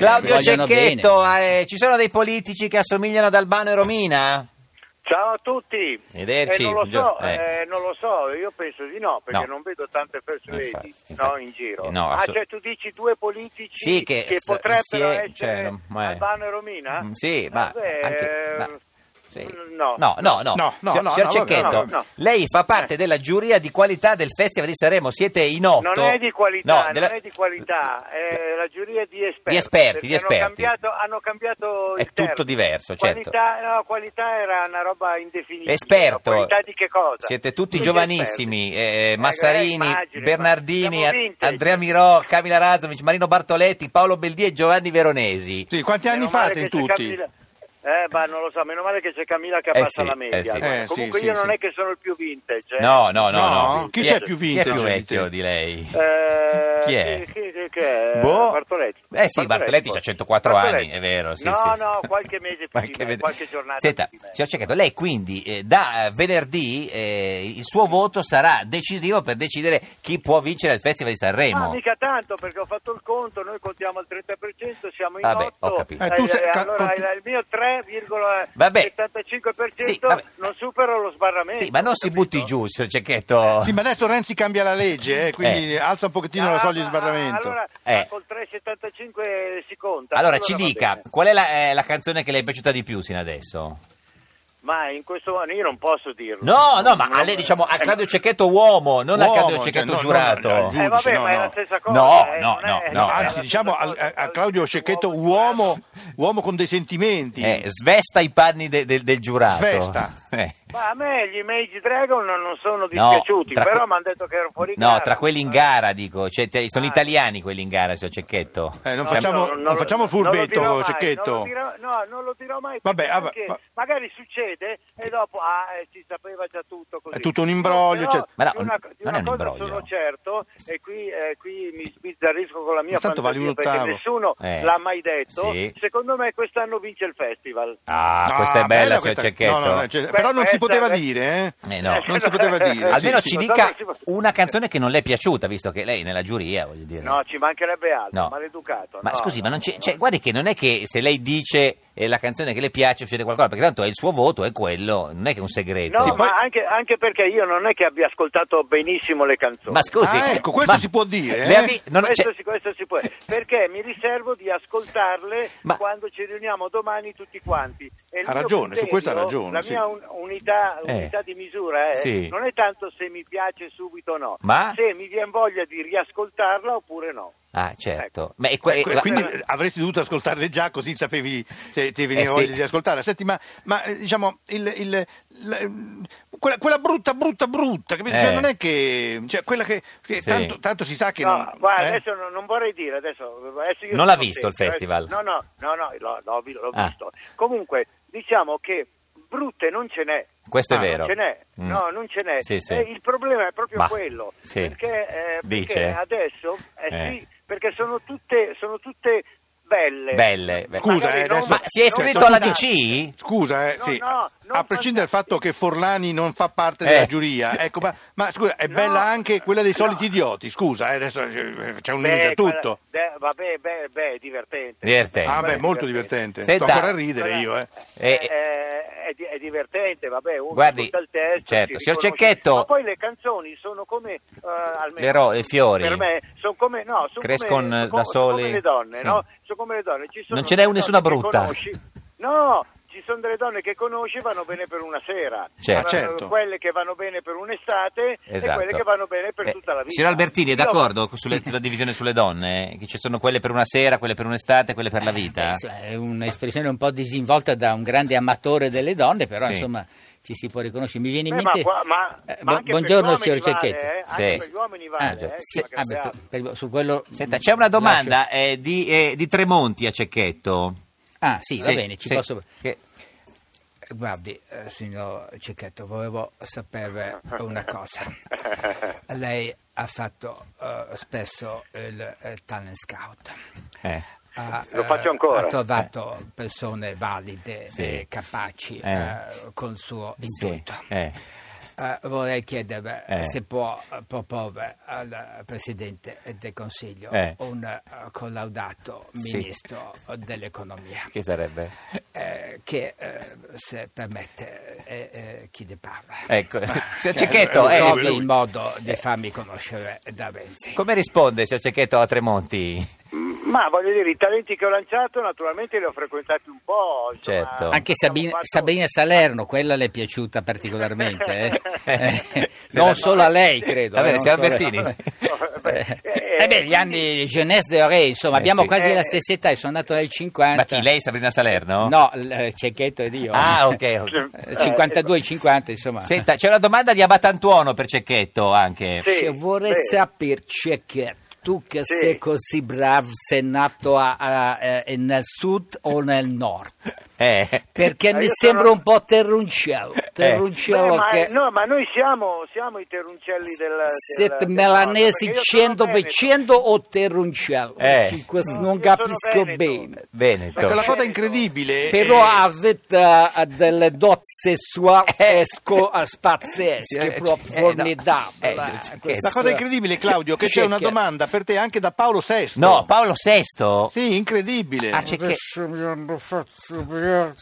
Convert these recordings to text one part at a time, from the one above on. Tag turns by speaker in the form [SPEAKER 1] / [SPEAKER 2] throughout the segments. [SPEAKER 1] Claudio
[SPEAKER 2] vogliono
[SPEAKER 1] Cecchetto, eh, ci sono dei politici che assomigliano ad Albano e Romina?
[SPEAKER 3] Ciao a tutti.
[SPEAKER 1] Vederci,
[SPEAKER 3] Eh, non, lo so,
[SPEAKER 1] buongiorno. Eh.
[SPEAKER 3] eh, non lo so, io penso di no, perché
[SPEAKER 1] No. Eh,
[SPEAKER 3] non vedo tante persone
[SPEAKER 1] Infatti,
[SPEAKER 3] di-
[SPEAKER 1] infatti.
[SPEAKER 3] no, in giro.
[SPEAKER 1] No,
[SPEAKER 3] ah,
[SPEAKER 1] assolut-
[SPEAKER 3] cioè tu dici due politici
[SPEAKER 1] Sì, che s-
[SPEAKER 3] potrebbero
[SPEAKER 1] si è-
[SPEAKER 3] essere
[SPEAKER 1] cioè, non- ma è-
[SPEAKER 3] Albano e Romina? Eh,
[SPEAKER 1] Mm, sì, ma
[SPEAKER 3] Vabbè,
[SPEAKER 1] anche- ma-
[SPEAKER 3] eh,
[SPEAKER 1] Sì.
[SPEAKER 3] No.
[SPEAKER 1] no, no, no.
[SPEAKER 4] No, no,
[SPEAKER 1] Signor-
[SPEAKER 4] no,
[SPEAKER 1] signor
[SPEAKER 4] no, vabbè,
[SPEAKER 1] Cecchetto,
[SPEAKER 3] no, no.
[SPEAKER 1] lei fa parte della giuria di qualità del Festival di Sanremo, siete in otto.
[SPEAKER 3] Non è di qualità,
[SPEAKER 1] No,
[SPEAKER 3] non
[SPEAKER 1] della-
[SPEAKER 3] è di qualità, è la giuria di esperti.
[SPEAKER 1] Di esperti,
[SPEAKER 3] perché
[SPEAKER 1] di esperti.
[SPEAKER 3] Hanno cambiato, hanno cambiato
[SPEAKER 1] È
[SPEAKER 3] il
[SPEAKER 1] tutto
[SPEAKER 3] termine.
[SPEAKER 1] diverso, certo.
[SPEAKER 3] qualità, No, qualità era una roba indefinita.
[SPEAKER 1] Esperto,
[SPEAKER 3] Qualità di che cosa?
[SPEAKER 1] siete tutti
[SPEAKER 3] Tutti
[SPEAKER 1] giovanissimi,
[SPEAKER 3] esperti.
[SPEAKER 1] eh,
[SPEAKER 3] Eh,
[SPEAKER 1] Massarini,
[SPEAKER 3] immagino,
[SPEAKER 1] Bernardini,
[SPEAKER 3] siamo
[SPEAKER 1] A-
[SPEAKER 3] vintage.
[SPEAKER 1] Andrea Mirò, Camila Razzovic, Marino Bartoletti, Paolo Beldì e Giovanni Veronesi.
[SPEAKER 4] Sì, quanti anni
[SPEAKER 3] Meno male
[SPEAKER 4] fate in
[SPEAKER 3] che c'è
[SPEAKER 4] tutti?
[SPEAKER 3] Camilla- Eh, ma non lo so, meno male che c'è Camilla che
[SPEAKER 1] Eh
[SPEAKER 3] abbassa
[SPEAKER 1] sì,
[SPEAKER 3] la media.
[SPEAKER 1] eh sì.
[SPEAKER 3] Guarda,
[SPEAKER 4] Eh sì,
[SPEAKER 3] Comunque
[SPEAKER 4] sì,
[SPEAKER 3] io non
[SPEAKER 4] sì.
[SPEAKER 3] è che sono il più vintage. eh.
[SPEAKER 1] No, no, no, no.
[SPEAKER 4] No, chi
[SPEAKER 1] è-
[SPEAKER 4] c'è più
[SPEAKER 1] Chi è più
[SPEAKER 4] vintage di te?
[SPEAKER 1] vecchio di lei?
[SPEAKER 3] Eh,
[SPEAKER 1] Chi è?
[SPEAKER 3] Chi, chi- chi è?
[SPEAKER 1] Boh.
[SPEAKER 3] Bartoletti.
[SPEAKER 1] Eh sì, Bartoletti
[SPEAKER 3] boh.
[SPEAKER 1] c'ha 104
[SPEAKER 3] Bartoletti.
[SPEAKER 1] anni, è vero. Sì,
[SPEAKER 3] no,
[SPEAKER 1] sì.
[SPEAKER 3] no, qualche mese più di me,
[SPEAKER 1] mese-
[SPEAKER 3] qualche giornata eh.
[SPEAKER 1] Senta,
[SPEAKER 3] più di me.
[SPEAKER 1] signor Cecchetto, lei quindi eh, da eh, venerdì eh, il suo voto sarà decisivo per decidere chi può vincere il Festival di
[SPEAKER 3] Ah,
[SPEAKER 1] Sanremo.
[SPEAKER 3] mica tanto perché ho fatto il conto, noi contiamo al 30%, siamo in
[SPEAKER 1] Vabbè, ho
[SPEAKER 3] 8.
[SPEAKER 1] capito.
[SPEAKER 4] Eh, tu sei- ca-
[SPEAKER 3] allora
[SPEAKER 4] conti-
[SPEAKER 3] il- il mio
[SPEAKER 1] Vabbè.
[SPEAKER 3] 3,75%
[SPEAKER 1] Sì, vabbè.
[SPEAKER 3] non supero lo sbarramento.
[SPEAKER 1] sì, ma non
[SPEAKER 3] ho
[SPEAKER 1] si
[SPEAKER 3] capito? Eh,
[SPEAKER 1] butti giù, signor Cecchetto.
[SPEAKER 4] Sì, ma adesso Renzi cambia la legge, eh, quindi alza un pochettino la
[SPEAKER 3] Ah,
[SPEAKER 4] soglia di
[SPEAKER 3] ma-
[SPEAKER 4] sbarramento.
[SPEAKER 3] Allora,
[SPEAKER 1] Eh.
[SPEAKER 3] ma col 3,75 si conta.
[SPEAKER 1] Allora ci
[SPEAKER 3] va
[SPEAKER 1] dica,
[SPEAKER 3] bene.
[SPEAKER 1] qual è la, eh, la canzone che le è piaciuta di più sino adesso?
[SPEAKER 3] Ma in questo momento io non posso dirlo.
[SPEAKER 1] No, no, ma
[SPEAKER 3] Non- Eh,
[SPEAKER 1] a lei diciamo a Claudio Cecchetto uomo, non a
[SPEAKER 4] Uomo,
[SPEAKER 1] Claudio
[SPEAKER 4] cioè,
[SPEAKER 1] Cecchetto
[SPEAKER 4] no, no,
[SPEAKER 1] giurato.
[SPEAKER 4] no, no, giù.
[SPEAKER 3] Eh vabbè,
[SPEAKER 4] no,
[SPEAKER 3] ma è
[SPEAKER 4] no.
[SPEAKER 3] la stessa cosa.
[SPEAKER 1] No,
[SPEAKER 3] eh,
[SPEAKER 1] no,
[SPEAKER 3] non
[SPEAKER 1] no,
[SPEAKER 3] è- è la
[SPEAKER 4] Anzi,
[SPEAKER 3] stessa
[SPEAKER 4] diciamo
[SPEAKER 3] cosa.
[SPEAKER 4] al- a, a Claudio Cecchetto uomo, uomo con dei sentimenti.
[SPEAKER 1] Eh, svesta i panni de- del- del giurato.
[SPEAKER 4] Svesta.
[SPEAKER 1] Eh.
[SPEAKER 3] Ma a me gli Image Dragon non non sono
[SPEAKER 1] No,
[SPEAKER 3] dispiaciuti,
[SPEAKER 1] tra
[SPEAKER 3] però
[SPEAKER 1] que-
[SPEAKER 3] mi hanno detto che ero fuori Eh.
[SPEAKER 1] No,
[SPEAKER 3] gara. Ah.
[SPEAKER 1] tra quelli in gara, dico, cioè, te- sono italiani quelli in gara, signor Cecchetto.
[SPEAKER 4] Eh, non
[SPEAKER 3] No,
[SPEAKER 4] facciamo,
[SPEAKER 3] no, no,
[SPEAKER 4] non
[SPEAKER 3] no,
[SPEAKER 4] facciamo il
[SPEAKER 3] non lo
[SPEAKER 4] furbetto,
[SPEAKER 3] dirò mai,
[SPEAKER 4] Cecchetto.
[SPEAKER 3] non lo dirò- no, non lo dirò mai.
[SPEAKER 4] Vabbè,
[SPEAKER 3] perché
[SPEAKER 4] vabbè,
[SPEAKER 3] anche
[SPEAKER 4] ma-
[SPEAKER 3] magari succede e dopo ah, eh, si sapeva già tutto. Così.
[SPEAKER 4] È tutto un imbroglio,
[SPEAKER 3] Però
[SPEAKER 4] cioè-
[SPEAKER 1] Ma no,
[SPEAKER 3] di una, di
[SPEAKER 1] non
[SPEAKER 3] una
[SPEAKER 1] è un
[SPEAKER 3] cosa
[SPEAKER 1] imbroglio.
[SPEAKER 3] Sono certo, e qui, eh, qui mi sbizzarrisco con la mia
[SPEAKER 4] Ma tanto vale
[SPEAKER 3] fantasia
[SPEAKER 4] un
[SPEAKER 3] perché
[SPEAKER 4] ottavo.
[SPEAKER 3] nessuno
[SPEAKER 1] Eh.
[SPEAKER 3] l'ha mai detto.
[SPEAKER 1] Sì.
[SPEAKER 3] Secondo me quest'anno vince il festival.
[SPEAKER 1] Ah,
[SPEAKER 4] No,
[SPEAKER 1] questa è bella, signor
[SPEAKER 4] questa-
[SPEAKER 1] Cecchetto.
[SPEAKER 4] no, no, no, cioè, però non si
[SPEAKER 3] Questa-
[SPEAKER 4] poteva dire, eh?
[SPEAKER 1] Eh, no.
[SPEAKER 4] Non si poteva dire.
[SPEAKER 3] Eh,
[SPEAKER 1] Almeno
[SPEAKER 4] sì,
[SPEAKER 1] ci
[SPEAKER 4] sì.
[SPEAKER 1] dica
[SPEAKER 3] Cosa si può-
[SPEAKER 1] una canzone che non le è piaciuta, visto che lei è nella giuria, voglio dire.
[SPEAKER 3] No, ci mancherebbe altro,
[SPEAKER 1] Eh, No.
[SPEAKER 3] maleducato.
[SPEAKER 1] Ma
[SPEAKER 3] no,
[SPEAKER 1] scusi,
[SPEAKER 3] no,
[SPEAKER 1] ma non c'è,
[SPEAKER 3] no.
[SPEAKER 1] cioè, guardi che non è che se lei dice eh, la canzone che le piace succede qualcosa, perché tanto è il suo voto, è quello, non è che è un segreto.
[SPEAKER 3] No,
[SPEAKER 4] Sì,
[SPEAKER 3] ma
[SPEAKER 4] poi-
[SPEAKER 3] anche, anche perché io non è che abbia ascoltato benissimo le canzoni.
[SPEAKER 1] Ma scusi,
[SPEAKER 4] Ah, ecco, questo
[SPEAKER 1] ma-
[SPEAKER 4] si può dire, eh?
[SPEAKER 1] le avvi- non-
[SPEAKER 3] questo,
[SPEAKER 1] cioè-
[SPEAKER 3] si, questo si può, perché mi riservo di ascoltarle
[SPEAKER 1] Ma-
[SPEAKER 3] quando ci riuniamo domani tutti quanti. E il
[SPEAKER 4] Ha
[SPEAKER 3] mio
[SPEAKER 4] ragione, su
[SPEAKER 3] criterio,
[SPEAKER 4] questo ha ragione,
[SPEAKER 3] La
[SPEAKER 4] sì.
[SPEAKER 3] mia un- unità,
[SPEAKER 1] Eh.
[SPEAKER 3] unità di misura è,
[SPEAKER 1] Sì.
[SPEAKER 3] non è tanto se mi piace subito o no,
[SPEAKER 1] Ma?
[SPEAKER 3] se mi viene voglia di riascoltarla oppure no.
[SPEAKER 1] Ah, certo. Ma è que-
[SPEAKER 4] Que-
[SPEAKER 1] la-
[SPEAKER 4] Eh, Quindi avresti dovuto ascoltarle già, così sapevi se ti veniva
[SPEAKER 1] Eh, sì.
[SPEAKER 4] voglia di ascoltare. Senti, ma, ma, eh, diciamo, il- il- la- quella, quella brutta, brutta, brutta, capito? Cioè,
[SPEAKER 1] Eh.
[SPEAKER 4] non è che... cioè, quella che che
[SPEAKER 1] Sì.
[SPEAKER 4] tanto, tanto si sa che
[SPEAKER 3] No,
[SPEAKER 4] non...
[SPEAKER 3] guarda,
[SPEAKER 4] eh?
[SPEAKER 3] adesso non, non vorrei dire adesso, adesso io
[SPEAKER 1] Non l'ha
[SPEAKER 3] sono
[SPEAKER 1] visto il
[SPEAKER 3] serio, eh.
[SPEAKER 1] festival?
[SPEAKER 3] No, no, no, no, l'ho, l'ho vi- l'ho
[SPEAKER 1] Ah.
[SPEAKER 3] visto. Comunque, diciamo che brutte non ce n'è.
[SPEAKER 1] questo è
[SPEAKER 4] Ah,
[SPEAKER 1] vero.
[SPEAKER 3] Non ce n'è,
[SPEAKER 1] Mm.
[SPEAKER 3] no, non ce n'è.
[SPEAKER 1] Sì, sì.
[SPEAKER 3] Eh, il problema è proprio
[SPEAKER 1] Ma-
[SPEAKER 3] quello.
[SPEAKER 1] sì.
[SPEAKER 3] Perché, eh,
[SPEAKER 1] Dice?
[SPEAKER 3] perché adesso eh,
[SPEAKER 1] Eh.
[SPEAKER 3] sì, perché sono tutte, sono tutte belle.
[SPEAKER 1] Belle. beh.
[SPEAKER 4] Scusa,
[SPEAKER 3] Magari
[SPEAKER 4] eh,
[SPEAKER 3] non-
[SPEAKER 4] adesso-
[SPEAKER 1] Ma si è iscritto alla DC?
[SPEAKER 4] Scusa, eh,
[SPEAKER 3] No,
[SPEAKER 4] sì,
[SPEAKER 3] no,
[SPEAKER 4] a-
[SPEAKER 3] non
[SPEAKER 4] a prescindere dal fatto che Forlani non fa parte
[SPEAKER 1] Eh.
[SPEAKER 4] della giuria, ecco, ma, ma scusa, è
[SPEAKER 3] No, eh,
[SPEAKER 4] bella anche quella dei soliti
[SPEAKER 3] no.
[SPEAKER 4] idioti, scusa, eh, adesso eh, c'è un
[SPEAKER 3] Beh,
[SPEAKER 4] ninja
[SPEAKER 3] quella-
[SPEAKER 4] tutto.
[SPEAKER 3] beh, vabbè, beh, beh, è divertente.
[SPEAKER 1] Divertente.
[SPEAKER 4] Ah
[SPEAKER 3] Quella
[SPEAKER 4] beh,
[SPEAKER 3] è
[SPEAKER 4] molto divertente,
[SPEAKER 1] Senta-
[SPEAKER 4] sto ancora a ridere io, eh.
[SPEAKER 1] Eh,
[SPEAKER 3] Eh, eh, è, di- è divertente, vabbè, uno
[SPEAKER 1] Guardi,
[SPEAKER 3] ascolta il testo,
[SPEAKER 1] certo,
[SPEAKER 3] si
[SPEAKER 1] signor
[SPEAKER 3] riconosce.
[SPEAKER 1] Cecchetto-
[SPEAKER 3] ma poi le canzoni sono come eh, almeno
[SPEAKER 1] Le ro- i fiori.
[SPEAKER 3] Per me sono come no, sono
[SPEAKER 1] Crescono,
[SPEAKER 3] come,
[SPEAKER 1] eh,
[SPEAKER 3] sono
[SPEAKER 1] da soli.
[SPEAKER 3] come le donne,
[SPEAKER 1] Sì.
[SPEAKER 3] no? Sono come le donne, ci sono
[SPEAKER 1] Non ce n'è
[SPEAKER 3] delle
[SPEAKER 1] nessuna
[SPEAKER 3] donne che
[SPEAKER 1] brutta.
[SPEAKER 3] conosci- No, ci sono delle donne che conosci vanno bene per una sera.
[SPEAKER 1] Certo.
[SPEAKER 4] Ah, certo.
[SPEAKER 3] Quelle che vanno bene per un'estate e
[SPEAKER 1] Esatto.
[SPEAKER 3] quelle che vanno bene per
[SPEAKER 1] Eh,
[SPEAKER 3] tutta la vita.
[SPEAKER 1] Signor Albertini, è
[SPEAKER 3] Io-
[SPEAKER 1] d'accordo sulle- sulla divisione sulle donne? Che ci sono quelle per una sera, quelle per un'estate, quelle per la vita?
[SPEAKER 2] Eh, Beh, sì, è un'espressione un po' disinvolta da un grande amatore delle donne, però
[SPEAKER 1] Sì.
[SPEAKER 2] insomma ci si può riconoscere. Mi viene in
[SPEAKER 3] Beh, ma
[SPEAKER 2] mente.
[SPEAKER 3] qua- ma-
[SPEAKER 2] Eh, bu-
[SPEAKER 3] ma anche per
[SPEAKER 2] buongiorno,
[SPEAKER 3] gli
[SPEAKER 2] signor
[SPEAKER 3] uomini vale,
[SPEAKER 2] Cecchetto.
[SPEAKER 3] eh, anche
[SPEAKER 1] Sì.
[SPEAKER 3] per gli uomini vale,
[SPEAKER 2] Ah,
[SPEAKER 3] eh,
[SPEAKER 2] sì,
[SPEAKER 3] che magari
[SPEAKER 2] ah, beh,
[SPEAKER 3] abbiamo.
[SPEAKER 2] per- per- su quello.
[SPEAKER 1] Senta, c'è una domanda eh, di, eh, di Tremonti a Cecchetto.
[SPEAKER 2] Ah, sì, va bene, ci
[SPEAKER 1] sì,
[SPEAKER 2] posso.
[SPEAKER 1] che-
[SPEAKER 5] Guardi, eh, signor Cecchetto, volevo sapere una cosa. Lei ha fatto eh, spesso il eh, talent scout.
[SPEAKER 1] eh,
[SPEAKER 5] Ha,
[SPEAKER 3] Lo
[SPEAKER 5] eh,
[SPEAKER 3] faccio ancora.
[SPEAKER 5] Ha trovato persone valide
[SPEAKER 1] Sì.
[SPEAKER 5] e capaci
[SPEAKER 1] Eh.
[SPEAKER 5] eh, col suo
[SPEAKER 1] sì,
[SPEAKER 5] intuito.
[SPEAKER 1] eh.
[SPEAKER 5] eh, vorrei chiederle
[SPEAKER 1] Eh.
[SPEAKER 5] se può eh, proporre al Presidente del Consiglio
[SPEAKER 1] Eh.
[SPEAKER 5] un eh, collaudato
[SPEAKER 1] Sì.
[SPEAKER 5] Ministro dell'Economia
[SPEAKER 1] Che sarebbe?
[SPEAKER 5] eh, che, eh, se permette, è eh, chi ne parla.
[SPEAKER 1] Ecco,
[SPEAKER 5] Cioè,
[SPEAKER 1] signor Cecchetto, eh,
[SPEAKER 5] trovi
[SPEAKER 1] lui. Eh.
[SPEAKER 5] il modo di farmi conoscere da Renzi.
[SPEAKER 1] come risponde signor Cecchetto a Tremonti?
[SPEAKER 3] Ma voglio dire, i talenti che ho lanciato naturalmente li ho frequentati un po'. insomma,
[SPEAKER 1] Certo.
[SPEAKER 2] Anche
[SPEAKER 3] abbiamo
[SPEAKER 2] Sabina,
[SPEAKER 3] fatto-
[SPEAKER 2] Sabina Salerno, quella le è piaciuta particolarmente. eh? Eh,
[SPEAKER 1] Vabbè,
[SPEAKER 2] non solo a lei, credo.
[SPEAKER 1] Va bene,
[SPEAKER 2] eh, non
[SPEAKER 1] signor
[SPEAKER 2] solo a
[SPEAKER 1] Albertini.
[SPEAKER 2] lei.
[SPEAKER 3] Eh, eh,
[SPEAKER 2] Eh beh, gli anni jeunesse de Ore, insomma,
[SPEAKER 1] Eh,
[SPEAKER 2] abbiamo
[SPEAKER 1] sì.
[SPEAKER 2] quasi
[SPEAKER 3] Eh.
[SPEAKER 2] la stessa età, io sono nato nel 50.
[SPEAKER 1] Ma chi, lei Sabrina Salerno?
[SPEAKER 2] No, l- eh, Cecchetto ed io.
[SPEAKER 1] Ah, ok. ok.
[SPEAKER 3] Eh,
[SPEAKER 2] 52-50, insomma.
[SPEAKER 1] Senta, c'è una domanda di Abatantuono per Cecchetto anche.
[SPEAKER 3] Sì,
[SPEAKER 2] Se vorrei
[SPEAKER 3] sì.
[SPEAKER 2] saperci che tu che
[SPEAKER 3] Sì.
[SPEAKER 2] sei così bravo sei nato a- a- eh, nel sud o nel nord?
[SPEAKER 1] Eh.
[SPEAKER 2] Perché
[SPEAKER 3] Ma
[SPEAKER 2] mi
[SPEAKER 3] io
[SPEAKER 2] sembra
[SPEAKER 3] sono-
[SPEAKER 2] un po' terrunceo, terrunceo
[SPEAKER 3] Beh, ma,
[SPEAKER 2] che...
[SPEAKER 3] no, ma noi siamo, siamo i teruncelli del...
[SPEAKER 2] Siete
[SPEAKER 3] del- del
[SPEAKER 2] melanesi
[SPEAKER 3] nord, perché io sono
[SPEAKER 2] 100% o terrunceo?
[SPEAKER 1] Eh.
[SPEAKER 2] Che questo
[SPEAKER 3] No,
[SPEAKER 2] non
[SPEAKER 3] io sono
[SPEAKER 2] capisco
[SPEAKER 3] veneto.
[SPEAKER 2] bene.
[SPEAKER 1] Veneto.
[SPEAKER 4] Ecco, la
[SPEAKER 3] Certo.
[SPEAKER 4] cosa incredibile.
[SPEAKER 2] Però
[SPEAKER 4] è-
[SPEAKER 2] avete eh, delle doti sessuali
[SPEAKER 4] Eh.
[SPEAKER 2] esco a
[SPEAKER 1] Sì,
[SPEAKER 2] spazzesche,
[SPEAKER 1] eh,
[SPEAKER 2] proprio
[SPEAKER 1] eh, no.
[SPEAKER 2] formidabile.
[SPEAKER 1] Eh, cioè, cioè,
[SPEAKER 2] Questo-
[SPEAKER 4] La cosa incredibile, Claudio, che c'è una
[SPEAKER 2] Cecchetti.
[SPEAKER 4] domanda per te anche da Paolo VI.
[SPEAKER 1] No, Paolo VI?
[SPEAKER 4] Sì, incredibile.
[SPEAKER 1] Ah, c'è che...
[SPEAKER 6] Adesso mi hanno fatto beato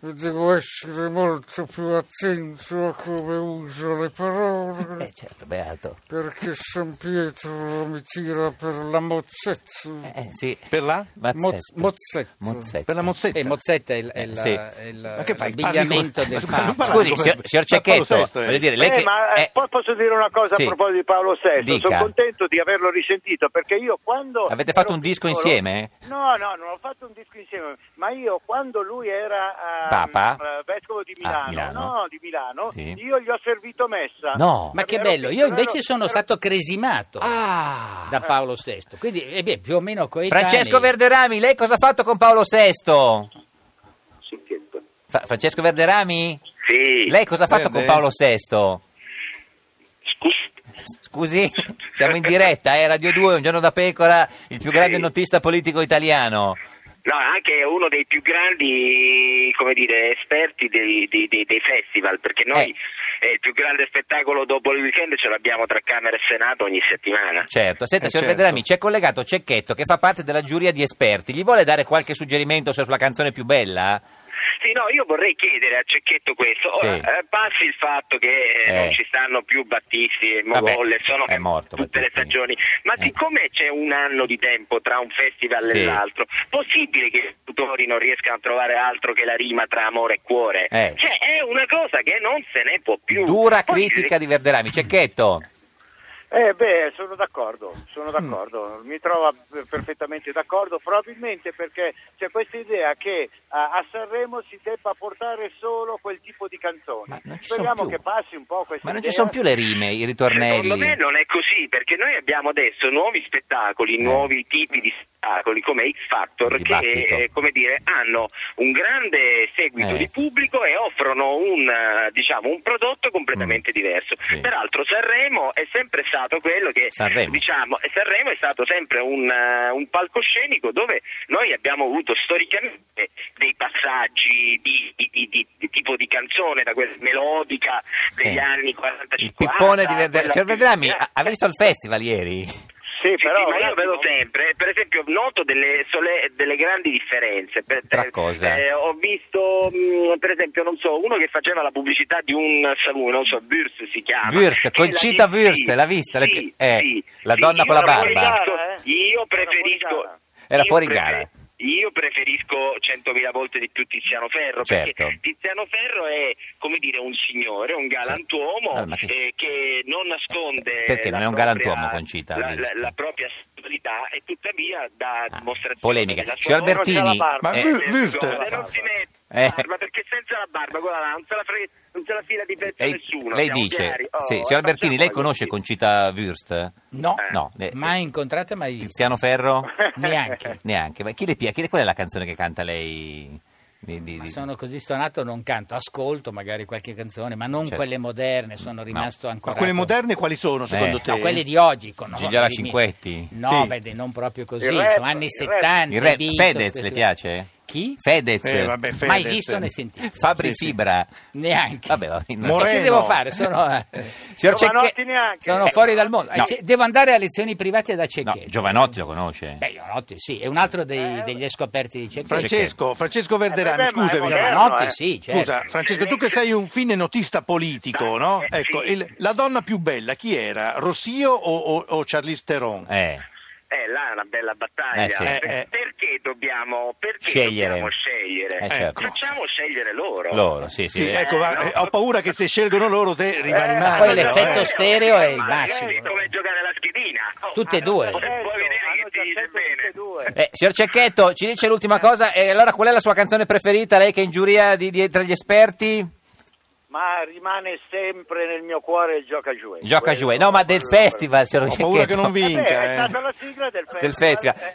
[SPEAKER 6] e devo essere molto più attento a come uso le
[SPEAKER 1] Eh,
[SPEAKER 6] parole
[SPEAKER 1] certo, beato.
[SPEAKER 6] perché San Pietro mi tira per la mozzetta.
[SPEAKER 1] Eh, sì.
[SPEAKER 4] Per la?
[SPEAKER 1] Mazzetto.
[SPEAKER 2] Mozzetto.
[SPEAKER 1] Mozzetto.
[SPEAKER 4] Per la mozzetta.
[SPEAKER 2] Eh, mozzetta è il, è il-
[SPEAKER 1] Sì.
[SPEAKER 2] è il-
[SPEAKER 4] Ma che fai?
[SPEAKER 2] l'abbigliamento
[SPEAKER 4] Parli
[SPEAKER 2] del
[SPEAKER 4] come- ma non
[SPEAKER 2] Papa.
[SPEAKER 4] parla-
[SPEAKER 1] Ah, Scusi,
[SPEAKER 4] come-
[SPEAKER 1] signor, signor
[SPEAKER 4] Ma Paolo
[SPEAKER 1] Cecchetto,
[SPEAKER 4] VI, eh.
[SPEAKER 1] voglio dire, lei
[SPEAKER 3] Eh,
[SPEAKER 1] che...
[SPEAKER 3] ma eh,
[SPEAKER 1] eh,
[SPEAKER 3] poi posso dire una cosa
[SPEAKER 1] sì.
[SPEAKER 3] a proposito di Paolo VI?
[SPEAKER 1] Dica.
[SPEAKER 3] Sono contento di averlo risentito perché io quando.
[SPEAKER 1] Avete fatto
[SPEAKER 3] ero
[SPEAKER 1] un disco
[SPEAKER 3] piccolo-
[SPEAKER 1] insieme?
[SPEAKER 3] No, no, non ho fatto un disco insieme, ma io quando lui era eh,
[SPEAKER 1] Papa?
[SPEAKER 3] eh, vescovo di
[SPEAKER 1] Ah,
[SPEAKER 3] Milano,
[SPEAKER 1] Milano.
[SPEAKER 3] no, di Milano
[SPEAKER 1] Sì.
[SPEAKER 3] io gli ho servito messa.
[SPEAKER 1] No.
[SPEAKER 2] Ma che
[SPEAKER 3] Ero
[SPEAKER 2] bello, io
[SPEAKER 3] piccolo,
[SPEAKER 2] invece
[SPEAKER 3] ero-
[SPEAKER 2] sono
[SPEAKER 3] ero-
[SPEAKER 2] stato cresimato
[SPEAKER 1] Ah!
[SPEAKER 2] da Paolo VI, quindi eh beh, più o meno coetanei.
[SPEAKER 1] Francesco Verderami, lei cosa ha fatto con Paolo VI? Fa- Francesco Verderami?
[SPEAKER 7] Sì,
[SPEAKER 1] Lei cosa ha fatto con
[SPEAKER 4] Verde.
[SPEAKER 1] Paolo VI?
[SPEAKER 7] scusi,
[SPEAKER 1] Scusi, siamo in diretta, eh, Radio 2, un giorno da pecora, il più grande
[SPEAKER 7] Sì.
[SPEAKER 1] notista politico italiano.
[SPEAKER 7] no, anche uno dei più grandi, come dire, esperti dei, dei- dei- dei festival, perché noi eh, il più grande spettacolo dopo il weekend ce l'abbiamo tra Camera e Senato ogni settimana.
[SPEAKER 1] Certo, senta,
[SPEAKER 4] Eh,
[SPEAKER 1] signor
[SPEAKER 4] certo.
[SPEAKER 1] Verderami, c'è collegato Cecchetto che fa parte della giuria di esperti. Gli vuole dare qualche suggerimento sulla canzone più bella?
[SPEAKER 7] Sì, no, io vorrei chiedere a Cecchetto questo. Ora,
[SPEAKER 1] Sì.
[SPEAKER 7] eh, passi il fatto che eh,
[SPEAKER 1] Eh.
[SPEAKER 7] non ci stanno più Battisti e
[SPEAKER 1] Vabbè,
[SPEAKER 7] Mogolle, sono
[SPEAKER 1] è morto
[SPEAKER 7] tutte le
[SPEAKER 1] Battisti.
[SPEAKER 7] stagioni, ma
[SPEAKER 1] Eh.
[SPEAKER 7] siccome c'è un anno di tempo tra un festival
[SPEAKER 1] Sì.
[SPEAKER 7] e l'altro, possibile che i tutori non riescano a trovare altro che la rima tra amore e cuore?
[SPEAKER 1] Eh.
[SPEAKER 7] Cioè, è una cosa che non se ne può più.
[SPEAKER 1] Dura
[SPEAKER 7] Poi-
[SPEAKER 1] critica di Verderami. Cecchetto,
[SPEAKER 3] Eh beh, sono d'accordo,
[SPEAKER 1] Mm.
[SPEAKER 3] sono d'accordo, mi trovo eh, perfettamente d'accordo, probabilmente perché c'è questa idea che a, a Sanremo si debba portare solo quel tipo di canzoni.
[SPEAKER 1] ma non ci sono
[SPEAKER 3] Speriamo
[SPEAKER 1] più.
[SPEAKER 3] che passi un po' questa
[SPEAKER 1] Ma non ci
[SPEAKER 3] idea.
[SPEAKER 1] sono più le rime, i ritornelli.
[SPEAKER 7] Secondo me non è così, perché noi abbiamo adesso nuovi spettacoli,
[SPEAKER 1] Eh.
[SPEAKER 7] nuovi tipi di spettacoli come X Factor
[SPEAKER 1] Il
[SPEAKER 7] che
[SPEAKER 1] dibattito.
[SPEAKER 7] eh, come dire, hanno un grande seguito
[SPEAKER 1] Eh.
[SPEAKER 7] di pubblico e offrono un, eh, diciamo, un prodotto completamente
[SPEAKER 1] Mm.
[SPEAKER 7] diverso.
[SPEAKER 1] Sì.
[SPEAKER 7] Peraltro Sanremo è sempre stato quello che
[SPEAKER 1] Sanremo.
[SPEAKER 7] diciamo, e Sanremo è stato sempre un, eh, un palcoscenico dove noi abbiamo avuto storicamente dei passaggi di, di- di- di- di tipo di canzone, da quella melodica degli
[SPEAKER 1] Sì.
[SPEAKER 7] anni 40
[SPEAKER 1] Il pippone di Verderami.
[SPEAKER 7] quella-
[SPEAKER 1] Signor ah, Verderami,
[SPEAKER 7] Eh,
[SPEAKER 1] ha, ha visto il festival ieri?
[SPEAKER 3] Sì,
[SPEAKER 7] sì,
[SPEAKER 3] però
[SPEAKER 7] sì, ma
[SPEAKER 3] un
[SPEAKER 7] io
[SPEAKER 3] attimo.
[SPEAKER 7] vedo sempre, eh, per esempio, noto delle, sole- delle grandi differenze. Per,
[SPEAKER 1] Tra
[SPEAKER 7] eh,
[SPEAKER 1] cosa?
[SPEAKER 7] eh, ho visto, mh, per esempio, non so, uno che faceva la pubblicità di un salone, non so, Wurst si chiama.
[SPEAKER 1] Wurst,
[SPEAKER 7] E
[SPEAKER 1] Concita
[SPEAKER 7] la-
[SPEAKER 1] Wurst,
[SPEAKER 7] sì,
[SPEAKER 1] l'ha vista? Le-
[SPEAKER 7] sì,
[SPEAKER 1] eh,
[SPEAKER 7] sì,
[SPEAKER 1] la
[SPEAKER 7] sì,
[SPEAKER 1] donna
[SPEAKER 7] io
[SPEAKER 1] con la
[SPEAKER 7] la
[SPEAKER 1] barba.
[SPEAKER 7] preferisco- Io
[SPEAKER 3] Era fuori
[SPEAKER 7] preferisco...
[SPEAKER 3] gara.
[SPEAKER 1] Era
[SPEAKER 7] io
[SPEAKER 1] fuori
[SPEAKER 7] prefer-
[SPEAKER 1] gara.
[SPEAKER 7] Io preferisco 100.000 volte di più Tiziano Ferro,
[SPEAKER 1] Certo.
[SPEAKER 7] perché Tiziano Ferro è, come dire, un signore, un galantuomo
[SPEAKER 1] Ah, ma che-
[SPEAKER 7] eh, che non nasconde...
[SPEAKER 1] Perché
[SPEAKER 7] Eh, la
[SPEAKER 1] non è un
[SPEAKER 7] propria-
[SPEAKER 1] galantuomo, Concita,
[SPEAKER 7] La,
[SPEAKER 1] Wurst?
[SPEAKER 7] la- la propria sessualità e tuttavia da
[SPEAKER 1] Ah,
[SPEAKER 7] dimostrazione
[SPEAKER 1] polemica.
[SPEAKER 7] della sua
[SPEAKER 1] Signor
[SPEAKER 7] forza-
[SPEAKER 1] Bertini,
[SPEAKER 3] non c'è la barba.
[SPEAKER 4] Ma
[SPEAKER 1] eh,
[SPEAKER 4] Wur- Wurst,
[SPEAKER 7] Guarda, non si mette la
[SPEAKER 1] Eh.
[SPEAKER 7] barba perché senza la barba quella là, non se la fre- non se la fila di pezzo
[SPEAKER 1] lei,
[SPEAKER 7] nessuno
[SPEAKER 1] lei
[SPEAKER 7] siamo
[SPEAKER 1] dice,
[SPEAKER 7] chiari. Oh,
[SPEAKER 1] sì,
[SPEAKER 7] eh,
[SPEAKER 1] signor Bertini, lei
[SPEAKER 7] facciamola
[SPEAKER 1] conosce
[SPEAKER 7] così.
[SPEAKER 1] Concita Wurst?
[SPEAKER 2] No,
[SPEAKER 1] No, eh,
[SPEAKER 2] mai incontrata, mai vista.
[SPEAKER 1] Tiziano Ferro?
[SPEAKER 2] Neanche.
[SPEAKER 1] Neanche. Ma chi le piace? Qual è la canzone che canta lei? Di- di-
[SPEAKER 2] Ma
[SPEAKER 1] di-
[SPEAKER 2] sono così stonato, non canto, ascolto magari qualche canzone, ma non
[SPEAKER 1] Certo.
[SPEAKER 2] quelle moderne, sono rimasto ancora.
[SPEAKER 4] Ma quelle moderne quali sono secondo
[SPEAKER 1] Eh.
[SPEAKER 4] te?
[SPEAKER 2] No, quelle di oggi. Con
[SPEAKER 1] Gigliola
[SPEAKER 2] di-
[SPEAKER 1] Cinquetti?
[SPEAKER 2] No,
[SPEAKER 4] Sì.
[SPEAKER 2] beh, dei- non proprio così,
[SPEAKER 3] Il
[SPEAKER 2] insomma,
[SPEAKER 3] rap,
[SPEAKER 2] anni
[SPEAKER 3] il
[SPEAKER 2] 70.
[SPEAKER 1] Il re
[SPEAKER 2] Beatles,
[SPEAKER 1] Fedez le
[SPEAKER 2] questi-
[SPEAKER 1] piace?
[SPEAKER 2] Chi?
[SPEAKER 1] Fedez.
[SPEAKER 4] Eh, vabbè, Fedez.
[SPEAKER 2] Mai visto né sentito.
[SPEAKER 1] Fabri
[SPEAKER 4] Sì, sì.
[SPEAKER 1] Fibra.
[SPEAKER 2] Neanche.
[SPEAKER 1] Vabbè, vabbè, non-
[SPEAKER 4] Moreno.
[SPEAKER 2] Che devo fare? Sono, eh,
[SPEAKER 1] Signor
[SPEAKER 3] Giovanotti
[SPEAKER 1] Cecchetti-
[SPEAKER 3] neanche.
[SPEAKER 2] sono
[SPEAKER 3] Eh,
[SPEAKER 2] fuori dal mondo. Eh,
[SPEAKER 1] No.
[SPEAKER 2] ce- Devo andare a lezioni private da
[SPEAKER 1] No,
[SPEAKER 2] Cecchetti.
[SPEAKER 1] Giovanotti lo conosce.
[SPEAKER 2] Beh, Giovanotti sì, è un altro dei- degli scoperti di Cecchetti.
[SPEAKER 4] Francesco, Francesco
[SPEAKER 3] Eh,
[SPEAKER 4] Verderami,
[SPEAKER 3] beh, ma è
[SPEAKER 4] scusami.
[SPEAKER 3] moderno,
[SPEAKER 2] Giovanotti
[SPEAKER 3] eh.
[SPEAKER 2] sì, certo.
[SPEAKER 4] Scusa, Francesco, tu che sei un fine notista politico, no? Ecco, il- la donna più bella chi era? Rossio o, o, o Charlize Theron?
[SPEAKER 1] Eh,
[SPEAKER 7] Eh, là è una bella battaglia.
[SPEAKER 1] Eh, sì.
[SPEAKER 7] Per-
[SPEAKER 4] Eh, eh.
[SPEAKER 7] Perché dobbiamo perché
[SPEAKER 1] Scegliere.
[SPEAKER 7] dobbiamo scegliere?
[SPEAKER 1] Eh, certo.
[SPEAKER 7] Facciamo scegliere loro.
[SPEAKER 1] loro, sì, sì.
[SPEAKER 4] Sì, ecco, ma,
[SPEAKER 7] no.
[SPEAKER 4] eh, ho paura che se scelgono loro te rimani male.
[SPEAKER 2] poi
[SPEAKER 4] no?
[SPEAKER 2] l'effetto
[SPEAKER 4] Eh.
[SPEAKER 2] stereo è il
[SPEAKER 7] Ma
[SPEAKER 2] massimo.
[SPEAKER 7] È eh, come giocare alla schedina. Oh,
[SPEAKER 2] Tutte e due.
[SPEAKER 7] Puoi
[SPEAKER 3] certo,
[SPEAKER 7] vedere
[SPEAKER 3] hanno
[SPEAKER 7] che ti
[SPEAKER 3] già
[SPEAKER 7] dice
[SPEAKER 3] scelto tutte e
[SPEAKER 7] bene.
[SPEAKER 3] due.
[SPEAKER 1] Eh, signor Cecchetto, ci dice l'ultima cosa. E allora qual è la sua canzone preferita? Lei che è in giuria di, di- tra gli esperti?
[SPEAKER 3] Ma rimane sempre nel mio cuore Gioca Giue.
[SPEAKER 1] Gioca
[SPEAKER 3] Quello-
[SPEAKER 1] giù. Eh, No, ma del
[SPEAKER 3] quello-
[SPEAKER 1] festival, signor
[SPEAKER 4] Ho
[SPEAKER 1] Cecchetto.
[SPEAKER 4] paura che non
[SPEAKER 3] Eh beh,
[SPEAKER 4] vinca.
[SPEAKER 3] è
[SPEAKER 4] eh.
[SPEAKER 3] stata la sigla del festival.
[SPEAKER 1] Del festival.
[SPEAKER 3] Eh.